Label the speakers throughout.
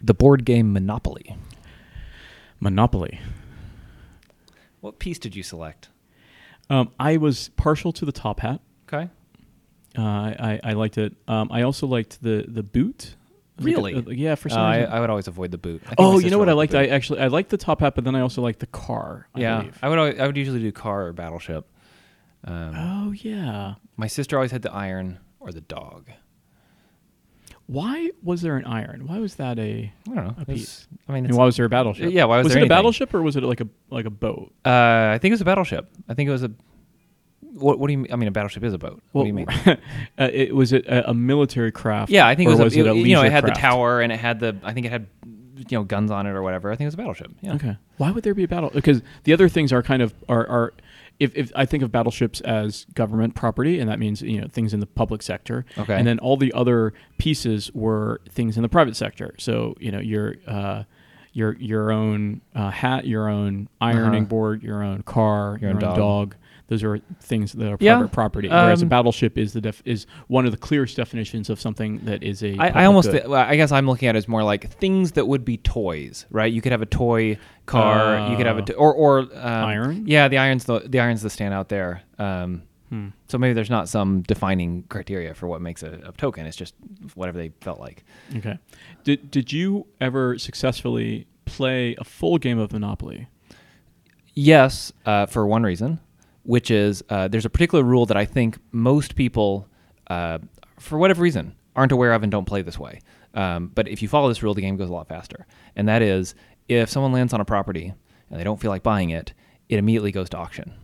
Speaker 1: the board game Monopoly.
Speaker 2: Monopoly.
Speaker 3: What piece did you select?
Speaker 2: Um, I was partial to the top hat.
Speaker 3: Okay.
Speaker 2: Uh, I, I I liked it. Um, I also liked the the boot. I think
Speaker 3: Really?
Speaker 2: it- uh, yeah, for
Speaker 3: Uh,
Speaker 2: some
Speaker 3: I,
Speaker 2: reason.
Speaker 3: I would always avoid the boot. I think my
Speaker 2: oh, you
Speaker 3: sister
Speaker 2: know what I
Speaker 3: liked
Speaker 2: liked?
Speaker 3: the
Speaker 2: I
Speaker 3: boot.
Speaker 2: actually I liked the top hat, but then I also liked the car. I
Speaker 3: yeah,
Speaker 2: believe.
Speaker 3: I would. alwa- I would usually do car or battleship. Um,
Speaker 2: Oh yeah.
Speaker 3: my sister always had the iron or the dog.
Speaker 2: Why was there an iron? Why was that a?
Speaker 3: I don't know.
Speaker 2: A
Speaker 3: It
Speaker 2: piece.
Speaker 3: was- I mean,
Speaker 2: And
Speaker 3: it's,
Speaker 2: why was there a battleship?
Speaker 3: Yeah, why was
Speaker 2: was
Speaker 3: there
Speaker 2: it a
Speaker 3: anything?
Speaker 2: battleship or was it like a like a boat?
Speaker 3: uh, I think it was a battleship. I think it was a. What, what do you mean? I mean, a battleship is a boat. what do you mean?
Speaker 2: uh, it was it a, a military craft.
Speaker 3: Yeah, I think
Speaker 2: or
Speaker 3: it was, a,
Speaker 2: a
Speaker 3: you know, it
Speaker 2: leisure
Speaker 3: had the
Speaker 2: craft?
Speaker 3: tower and it had the. I think it had, you know, guns on it or whatever. I think it was a battleship. Yeah.
Speaker 2: Okay. Why would there be a battle? Because the other things are kind of are are if, if I think of battleships as government property, and that means you know things in the public sector.
Speaker 3: Okay.
Speaker 2: And then all the other pieces were things in the private sector. So you know your uh, your your own uh, hat, your own ironing
Speaker 3: Uh-huh.
Speaker 2: board, your own car, your,
Speaker 3: own
Speaker 2: own
Speaker 3: dog.
Speaker 2: dog. Those are things that are private
Speaker 3: Yeah.
Speaker 2: property. Whereas a
Speaker 3: Um,
Speaker 2: battleship is the def- is one of the clearest definitions of something that is a.
Speaker 3: I, I
Speaker 2: public
Speaker 3: almost,
Speaker 2: good.
Speaker 3: well, I guess I'm looking at it as more like things that would be toys, right? You could have a toy car, you could have a
Speaker 2: Uh,
Speaker 3: to- or or um,
Speaker 2: iron?
Speaker 3: Yeah, the iron's the the iron's the standout there. Um,
Speaker 2: Hmm.
Speaker 3: So maybe there's not some defining criteria for what makes a, a token. It's just whatever they felt like.
Speaker 2: Okay. Did did you ever successfully play a full game of Monopoly?
Speaker 3: Yes, uh, for one reason, which is uh, there's a particular rule that I think most people, uh, for whatever reason, aren't aware of and don't play this way. Um, but if you follow this rule, the game goes a lot faster. And that is if someone lands on a property and they don't feel like buying it, it immediately goes to auction.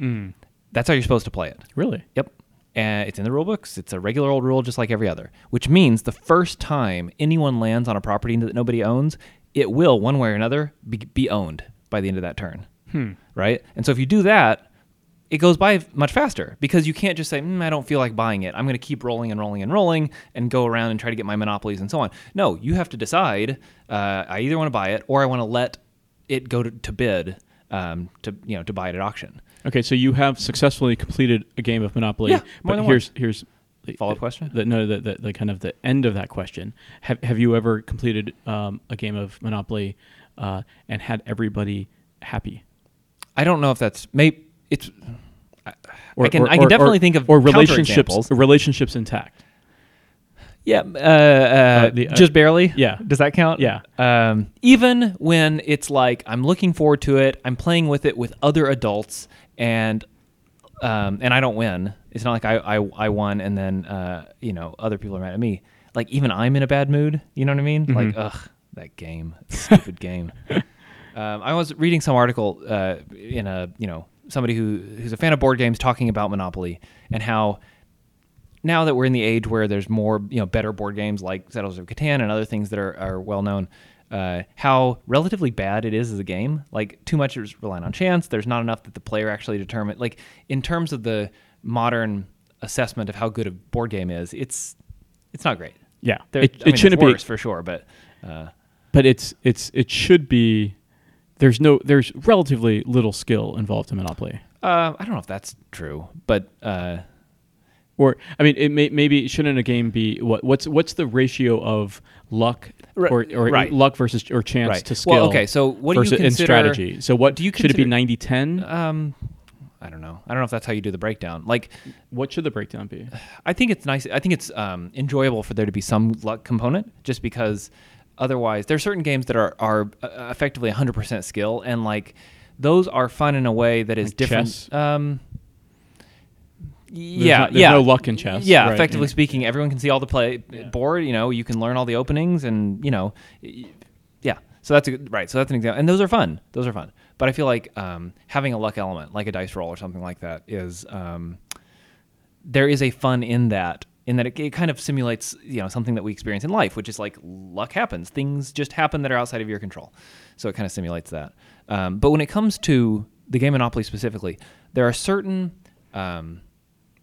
Speaker 2: Mm.
Speaker 3: That's how you're supposed to play it.
Speaker 2: Really?
Speaker 3: Yep. And it's in the rule books. It's a regular old rule, just like every other, which means the first time anyone lands on a property that nobody owns, it will, one way or another, be, be owned by the end of that turn. Right? And so if you do that, it goes by much faster because you can't just say, mm, I don't feel like buying it. I'm going to keep rolling and rolling and rolling and go around and try to get my monopolies and so on. No, you have to decide uh, I either want to buy it or I want to let it go to, to bid um, to, you know, to buy it at auction.
Speaker 2: Okay, so you have successfully completed a game of Monopoly.
Speaker 3: Yeah, more
Speaker 2: but
Speaker 3: than
Speaker 2: here's here's the
Speaker 3: Follow-up
Speaker 2: the-
Speaker 3: question?
Speaker 2: The, no, the, the, the kind of the end of that question. Have have you ever completed um, a game of Monopoly uh, and had everybody happy?
Speaker 3: I don't know if that's maybe it's. I- I can
Speaker 2: or-
Speaker 3: I can
Speaker 2: or-
Speaker 3: definitely
Speaker 2: or-
Speaker 3: think of
Speaker 2: or relationships
Speaker 3: counterexamples.
Speaker 2: relationships intact.
Speaker 3: Yeah, uh, uh,
Speaker 2: Uh, the, uh,
Speaker 3: just barely.
Speaker 2: yeah.
Speaker 3: does that count?
Speaker 2: Yeah.
Speaker 3: Um, even when it's like I'm looking forward to it, I'm playing with it with other adults, and um, and I don't win. It's not like I I, I won, and then uh, you know other people are mad at me. Like even I'm in a bad mood. You know what I mean?
Speaker 2: Mm-hmm.
Speaker 3: Like ugh, that game, stupid game. Um, I was reading some article uh, in a you know somebody who who's a fan of board games talking about Monopoly and how now that we're in the age where there's more you know better board games like Settlers of Catan and other things that are, are well known, uh, how relatively bad it is as a game. Like too much is relying on chance. There's not enough that the player actually determine. Like in terms of the modern assessment of how good a board game is, it's it's not great.
Speaker 2: Yeah,
Speaker 3: There,
Speaker 2: it,
Speaker 3: I mean,
Speaker 2: it shouldn't
Speaker 3: it's
Speaker 2: be
Speaker 3: worse for sure, but uh,
Speaker 2: but it's it's it should be there's no there's relatively little skill involved in monopoly
Speaker 3: uh, I don't know if that's true. But uh,
Speaker 2: or i mean it may, maybe shouldn't a game be what what's what's the ratio of luck
Speaker 3: Ri-
Speaker 2: or, or
Speaker 3: right.
Speaker 2: luck versus or chance
Speaker 3: Right.
Speaker 2: to skill
Speaker 3: Well, okay, so what do you
Speaker 2: versus, and
Speaker 3: consider-
Speaker 2: strategy so what
Speaker 3: do you
Speaker 2: should it be
Speaker 3: consider-
Speaker 2: 90 10
Speaker 3: um, I don't know. I don't know if that's how you do the breakdown. Like
Speaker 2: what should the breakdown be
Speaker 3: I think it's nice. I think it's um, enjoyable for there to be some luck component, just because otherwise there are certain games that are are uh, effectively 100% skill, and like those are fun in a way that is
Speaker 2: Like
Speaker 3: different.
Speaker 2: chess?
Speaker 3: Um, yeah,
Speaker 2: no- there's
Speaker 3: yeah.
Speaker 2: no luck in chess,
Speaker 3: Yeah,
Speaker 2: right,
Speaker 3: effectively
Speaker 2: yeah.
Speaker 3: speaking, everyone can see all the play board. You know, you can learn all the openings, and you know, y- yeah. So that's a good, right. So that's an example, and those are fun. Those are fun. But I feel like um, having a luck element, like a dice roll or something like that, is um, there is a fun in that in that it, it kind of simulates you know something that we experience in life which is like luck happens things just happen that are outside of your control so it kind of simulates that um, but when it comes to the game monopoly specifically there are certain um,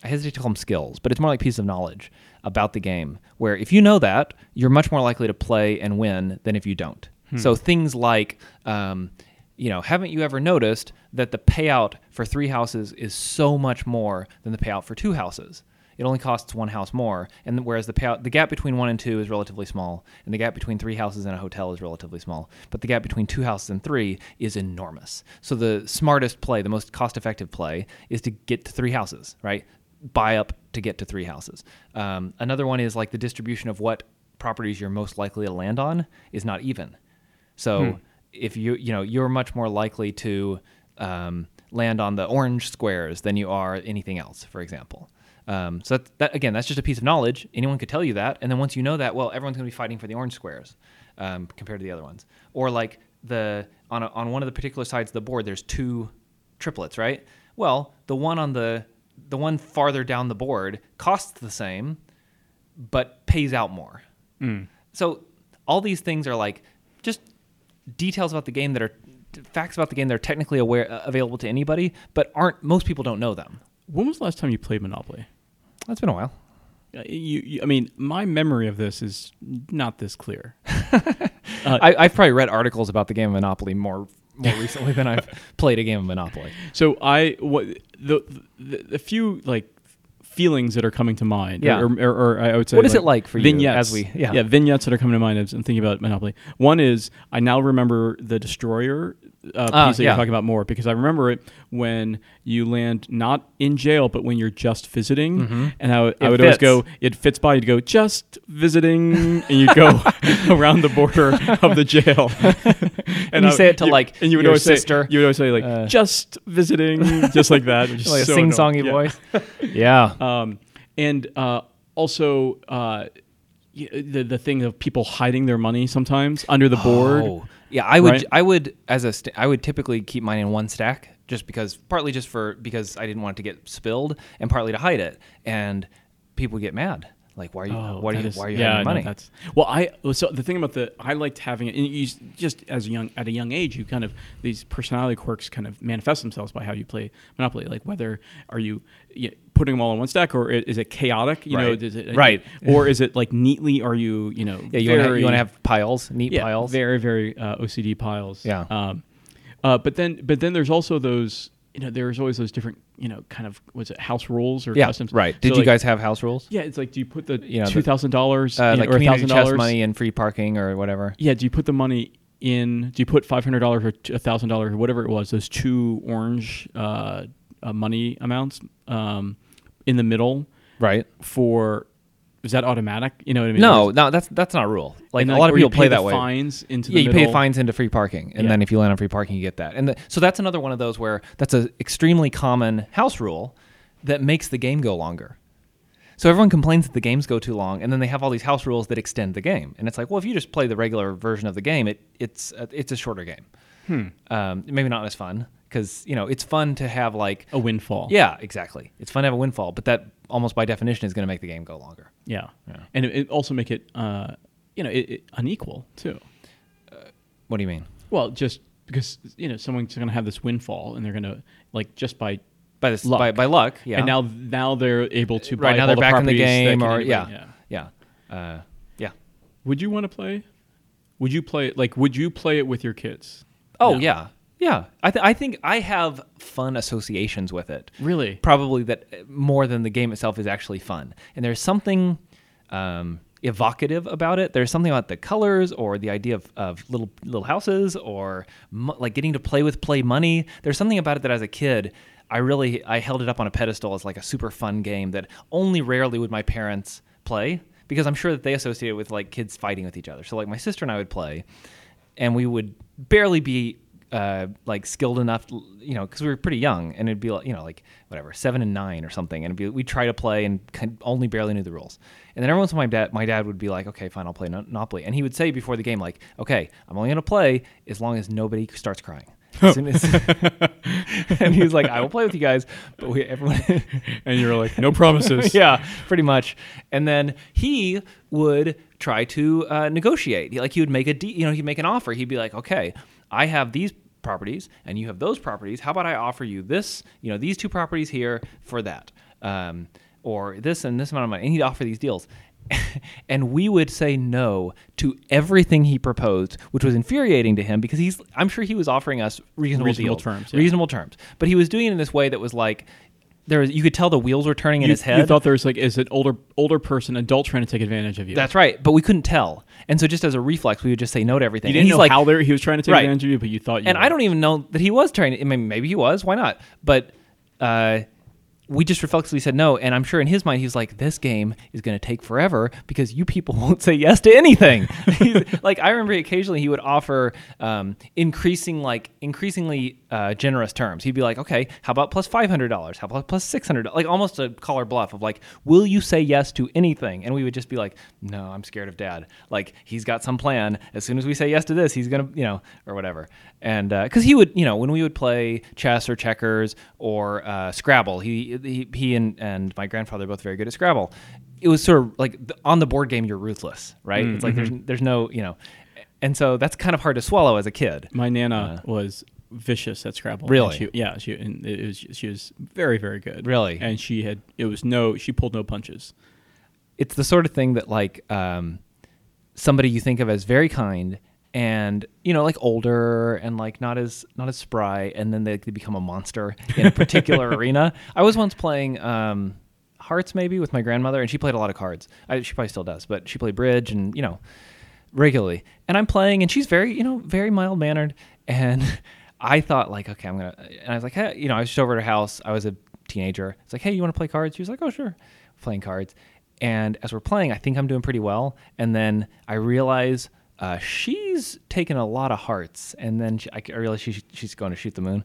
Speaker 3: i hesitate to call them skills but it's more like piece of knowledge about the game where if you know that you're much more likely to play and win than if you don't so things like um, you know, haven't you ever noticed that the payout for three houses is so much more than the payout for two houses? it only costs one house more. And whereas the payout, the gap between one and two is relatively small, and the gap between three houses and a hotel is relatively small, but the gap between two houses and three is enormous. So the smartest play, the most cost-effective play, is to get to three houses, right? Buy up to get to three houses. Um, another one is like the distribution of what properties you're most likely to land on is not even. So if you you know you're much more likely to um, land on the orange squares than you are anything else, for example. Um, so that, that again, that's just a piece of knowledge. Anyone could tell you that, and then once you know that, well, everyone's going to be fighting for the orange squares um, compared to the other ones. Or like the on a, on one of the particular sides of the board, there's two triplets, right? Well, the one on the the one farther down the board costs the same, but pays out more. So all these things are like just details about the game that are facts about the game that are technically aware uh, available to anybody, but aren't most people don't know them.
Speaker 2: When was the last time you played Monopoly?
Speaker 3: That's been a while.
Speaker 2: Uh, You, you, I mean, my memory of this is not this clear.
Speaker 3: I, I've probably read articles about the game of Monopoly more more recently than I've played a game of Monopoly.
Speaker 2: So I what the the, the few like feelings that are coming to mind.
Speaker 3: Yeah.
Speaker 2: Or, or, or I would say
Speaker 3: What is it like for you
Speaker 2: vignettes,
Speaker 3: as we- yeah.
Speaker 2: vignettes that are coming to mind as I'm thinking about Monopoly. One is I now remember the destroyer uh, piece
Speaker 3: Ah,
Speaker 2: that
Speaker 3: yeah.
Speaker 2: you're talking about more because I remember it when you land not in jail but when you're just visiting, and I, would-
Speaker 3: Mm-hmm.
Speaker 2: I
Speaker 3: It
Speaker 2: would
Speaker 3: fits.
Speaker 2: always go it fits by you'd go just visiting and you'd go around the border of the jail
Speaker 3: And you
Speaker 2: I-
Speaker 3: say it to, like,
Speaker 2: and you would
Speaker 3: your
Speaker 2: always say-
Speaker 3: sister.
Speaker 2: you would always say like
Speaker 3: Uh,
Speaker 2: just visiting, just like that, which is
Speaker 3: Like
Speaker 2: so
Speaker 3: a sing songy
Speaker 2: annoying. Yeah.
Speaker 3: voice. yeah.
Speaker 2: Um, and uh, also uh, y- the the thing of people hiding their money sometimes under the board.
Speaker 3: Oh. Yeah, I would
Speaker 2: Right?
Speaker 3: I would as a st- I would typically keep mine in one stack just because partly just for because I didn't want it to get spilled and partly to hide it and people get mad. Like why are you Oh, why are
Speaker 2: Oh, that
Speaker 3: you
Speaker 2: is-
Speaker 3: why are you
Speaker 2: yeah,
Speaker 3: hiding your
Speaker 2: no,
Speaker 3: money?
Speaker 2: that's, well, I so the thing about the I liked having it. And you s- just as a young at a young age, you kind of these personality quirks kind of manifest themselves by how you play Monopoly. Like whether are you, you know, putting them all in one stack, or i- is it chaotic? You
Speaker 3: Right.
Speaker 2: know, is it
Speaker 3: Right.
Speaker 2: or is it like neatly? Are you you know
Speaker 3: yeah, you want to
Speaker 2: very-
Speaker 3: you want to have piles, neat
Speaker 2: yeah,
Speaker 3: piles.
Speaker 2: Very, very uh, OCD piles.
Speaker 3: Yeah.
Speaker 2: Um, uh, but then, but then there's also those. You know, there's always those different. You know, kind of was it house rules or
Speaker 3: yeah,
Speaker 2: customs?
Speaker 3: right.
Speaker 2: So,
Speaker 3: Did you
Speaker 2: like-
Speaker 3: guys have house rules?
Speaker 2: Yeah, it's like, do you put the
Speaker 3: You know, the-
Speaker 2: two thousand dollars
Speaker 3: Uh, like
Speaker 2: or
Speaker 3: community
Speaker 2: thousand
Speaker 3: chest
Speaker 2: dollars?
Speaker 3: money and free parking or whatever.
Speaker 2: Yeah, do you put the money in? Do you put five hundred dollars or thousand dollars or whatever it was? Those two orange uh, uh, money amounts um, in the middle
Speaker 3: Right.
Speaker 2: for is that automatic? You know what I mean?
Speaker 3: No,
Speaker 2: Or is-
Speaker 3: no, that's that's not a rule. Like
Speaker 2: and
Speaker 3: a lot of
Speaker 2: or you
Speaker 3: people play
Speaker 2: the
Speaker 3: that way.
Speaker 2: Fines into
Speaker 3: yeah,
Speaker 2: the
Speaker 3: you
Speaker 2: middle.
Speaker 3: pay fines into free parking, and
Speaker 2: Yeah.
Speaker 3: then if you land on free parking, you get that. And the, so that's another one of those where that's an extremely common house rule that makes the game go longer. So everyone complains that the games go too long, and then they have all these house rules that extend the game. And it's like, well, if you just play the regular version of the game, it it's a, it's a shorter game.
Speaker 2: Hmm.
Speaker 3: Um, maybe not as fun because you know it's fun to have like
Speaker 2: a windfall.
Speaker 3: yeah, exactly. It's fun to have a windfall, but that almost by definition is going to make the game go longer.
Speaker 2: Yeah. And it, it also make it, uh, you know, it, it unequal too.
Speaker 3: What do you mean?
Speaker 2: Well, just because you know someone's going to have this windfall, and they're going to like just by
Speaker 3: By this
Speaker 2: Luck.
Speaker 3: by by luck, yeah.
Speaker 2: and now now they're able to buy
Speaker 3: right now
Speaker 2: all
Speaker 3: they're
Speaker 2: the
Speaker 3: back in the
Speaker 2: properties that
Speaker 3: game
Speaker 2: can
Speaker 3: or
Speaker 2: anybody-
Speaker 3: yeah yeah yeah. Uh, yeah.
Speaker 2: Would you want to play? Would you play it like? Would you play it with your kids?
Speaker 3: oh
Speaker 2: No.
Speaker 3: yeah yeah I, th- I think i have fun associations with it
Speaker 2: Really?
Speaker 3: probably that uh, more than the game itself is actually fun and there's something um, evocative about it there's something about the colors or the idea of, of little little houses or mo- like getting to play with play money there's something about it that as a kid i really i held it up on a pedestal as like a super fun game that only rarely would my parents play because i'm sure that they associate it with like kids fighting with each other so like my sister and i would play and we would barely be uh, like skilled enough, you know, because we were pretty young, and it'd be like, you know, like whatever, seven and nine or something, and it'd be, we'd try to play and kind only barely knew the rules. And then every once in a while, my dad, my dad would be like, okay, fine, I'll play Monopoly, and he would say before the game, like, okay, I'm only gonna play as long as nobody starts crying. As soon as, and he was like, I will play with you guys, but we everyone
Speaker 2: And you're like, no promises.
Speaker 3: yeah, pretty much. And then he would try to uh, negotiate. He- Like he would make a, de- you know, he'd make an offer. He'd be like, okay, I have these properties and you have those properties. How about I offer you this, you know, these two properties here for that, um, or this and this amount of money. And he'd offer these deals. and we would say no to everything he proposed, which was infuriating to him because he's, I'm sure he was offering us reasonable,
Speaker 2: Reasonable
Speaker 3: deals,
Speaker 2: terms, yeah.
Speaker 3: reasonable terms. But he was doing it in this way that was like, there was, you could tell the wheels were turning in
Speaker 2: you,
Speaker 3: his head.
Speaker 2: you thought there was like is an older older person adult trying to take advantage of you.
Speaker 3: That's right, but we couldn't tell, and so just as a reflex, we would just say no to everything.
Speaker 2: you
Speaker 3: and
Speaker 2: didn't
Speaker 3: he's
Speaker 2: know
Speaker 3: like,
Speaker 2: how they he was trying to take
Speaker 3: Right.
Speaker 2: advantage of you, but you thought you.
Speaker 3: and
Speaker 2: were.
Speaker 3: I don't even know that he was trying. To, I mean, maybe he was. Why not? But uh, we just reflexively said no. And I'm sure in his mind he was like, "This game is going to take forever because you people won't say yes to anything." He's- like I remember occasionally he would offer um, increasing, like increasingly uh, generous terms. He'd be like, "Okay, how about plus five hundred dollars? How about plus six hundred? Like almost a caller bluff of like, "Will you say yes to anything?" And we would just be like, "No, I'm scared of dad. Like he's got some plan. As soon as we say yes to this, he's gonna, you know, or whatever." And because he would, you know, when we would play chess or checkers or uh, Scrabble, he he, he and, and my grandfather are both very good at Scrabble. It was sort of like th- on the board game, you're ruthless, right? It's like there's there's no, you know, and so that's kind of hard to swallow as a kid.
Speaker 2: My nana was vicious at Scrabble. and
Speaker 3: Uh. Really?
Speaker 2: she- yeah. She and it was she was very very good.
Speaker 3: Really?
Speaker 2: And she had it was no she pulled no punches.
Speaker 3: it's the sort of thing that like um, somebody you think of as very kind and you know like older and like not as not as spry and then they, they become a monster in a particular arena i was once playing um, hearts maybe with my grandmother and she played a lot of cards I, she probably still does but she played bridge and you know regularly and i'm playing and she's very you know very mild mannered and i thought like okay i'm gonna and i was like hey you know i was just over at her house i was a teenager it's like hey you want to play cards she was like oh sure playing cards and as we're playing i think i'm doing pretty well and then i realize uh, she's taken a lot of hearts and then she, i I realize she, she's going to shoot the moon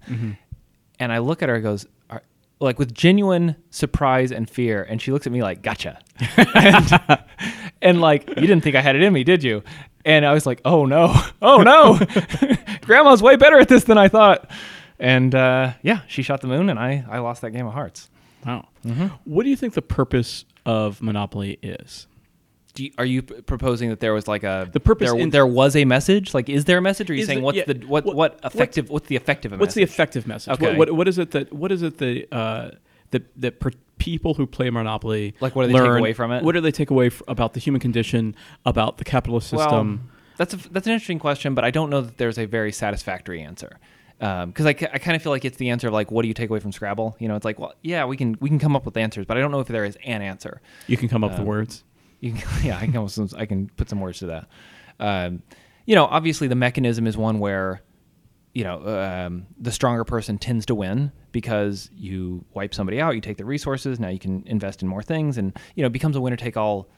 Speaker 3: and i look at her and goes "Are- like with genuine surprise and fear and she looks at me like gotcha and, and like you didn't think i had it in me did you and i was like oh no oh no grandma's way better at this than i thought and uh, yeah she shot the moon and i i lost that game of hearts
Speaker 2: Wow.
Speaker 3: Mm-hmm.
Speaker 2: What do you think the purpose of Monopoly is?
Speaker 3: Do you, are you p- proposing that there was like a
Speaker 2: The purpose
Speaker 3: there,
Speaker 2: in-
Speaker 3: there was a message like is there a message or are you
Speaker 2: Is
Speaker 3: saying
Speaker 2: the-
Speaker 3: what's
Speaker 2: yeah,
Speaker 3: the what
Speaker 2: what-
Speaker 3: what
Speaker 2: what's-
Speaker 3: effective what's the effective of
Speaker 2: What's the
Speaker 3: message?
Speaker 2: effective message? What-
Speaker 3: Okay.
Speaker 2: What, what is it that what is it that uh, that that per- people who play Monopoly
Speaker 3: Like, what do they take
Speaker 2: learn?
Speaker 3: away from it?
Speaker 2: What do they take away f- about the human condition? About the capitalist system?
Speaker 3: Well, that's a, that's an interesting question, but I don't know that there's a very satisfactory answer. Because I, ki- I kind of feel like it's the answer of like, what do you take away from Scrabble? You know, it's like, well, yeah, we can we can come up with answers, but I don't know if there is an answer.
Speaker 2: you can come up with the words.
Speaker 3: You can, yeah, I can almost, I can put some words to that. Um, you know, obviously the mechanism is one where, you know, um, the stronger person tends to win because you wipe somebody out, you take the resources, now you can invest in more things, and you know, it becomes a winner take all.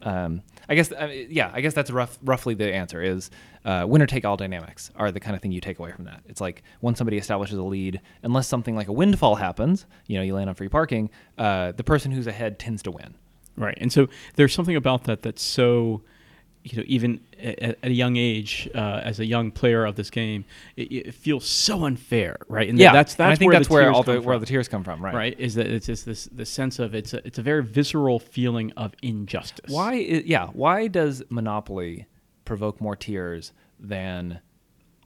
Speaker 3: Um, I guess, uh, yeah, I guess that's rough, roughly the answer is uh, winner take all dynamics are the kind of thing you take away from that. It's like once somebody establishes a lead, unless something like a windfall happens, you know, you land on free parking, uh, the person who's ahead tends to win.
Speaker 2: Right. And so there's something about that that's so, you know, even at, at a young age, uh, as a young player of this game, it, it feels so unfair, right? And
Speaker 3: yeah,
Speaker 2: that's
Speaker 3: and
Speaker 2: that's
Speaker 3: I think
Speaker 2: where
Speaker 3: that's
Speaker 2: the
Speaker 3: where
Speaker 2: tears
Speaker 3: all
Speaker 2: come
Speaker 3: the where
Speaker 2: from,
Speaker 3: the tears come from, right?
Speaker 2: right is that it's just this the sense of it's a, it's a very visceral feeling of injustice.
Speaker 3: Why? i yeah. Why does Monopoly provoke more tears than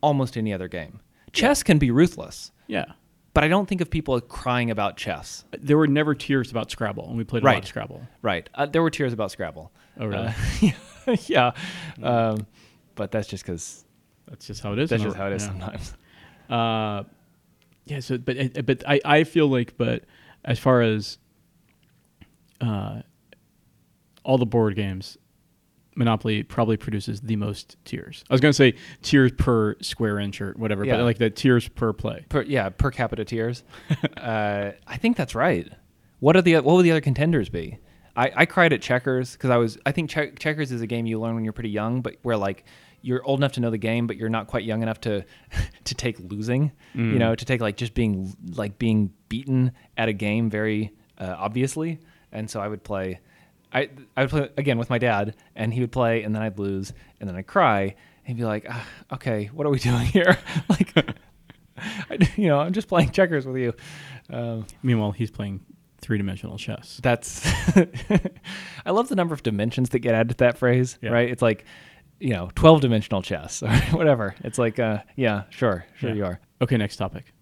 Speaker 3: almost any other game? Chess can be ruthless,
Speaker 2: Yeah.
Speaker 3: but I don't think of people crying about chess.
Speaker 2: There were never tears about Scrabble, and we played a lot
Speaker 3: Right.
Speaker 2: of Scrabble.
Speaker 3: Right. Uh, there were tears about Scrabble.
Speaker 2: Oh, really?
Speaker 3: Uh, yeah. Um, but that's just because
Speaker 2: That's just how it is.
Speaker 3: that's
Speaker 2: in a-
Speaker 3: just how it is
Speaker 2: yeah.
Speaker 3: sometimes.
Speaker 2: Uh, yeah. So, but it- but I I feel like but as far as uh, all the board games, Monopoly probably produces the most tears. I was gonna say tears per square inch or whatever,
Speaker 3: Yeah.
Speaker 2: but like the tears per play.
Speaker 3: Per, yeah, per capita tears. uh, I think that's right. What are the what would the other contenders be? I, I cried at checkers because I was I think check, checkers is a game you learn when you're pretty young, but where like you're old enough to know the game, but you're not quite young enough to to take losing. You know, to take like just being like being beaten at a game very uh, obviously. And so I would play. I I would play again with my dad, and he would play, and then I'd lose, and then I'd cry, and be like, ah, "Okay, what are we doing here?" like, I, you know, I'm just playing checkers with you. Um,
Speaker 2: Meanwhile, he's playing three dimensional chess.
Speaker 3: that's. I love the number of dimensions that get added to that phrase,
Speaker 2: Yeah.
Speaker 3: right? It's like, you know, 12 dimensional chess or whatever. It's like, uh, yeah, sure, sure
Speaker 2: Yeah.
Speaker 3: you are.
Speaker 2: Okay, next topic.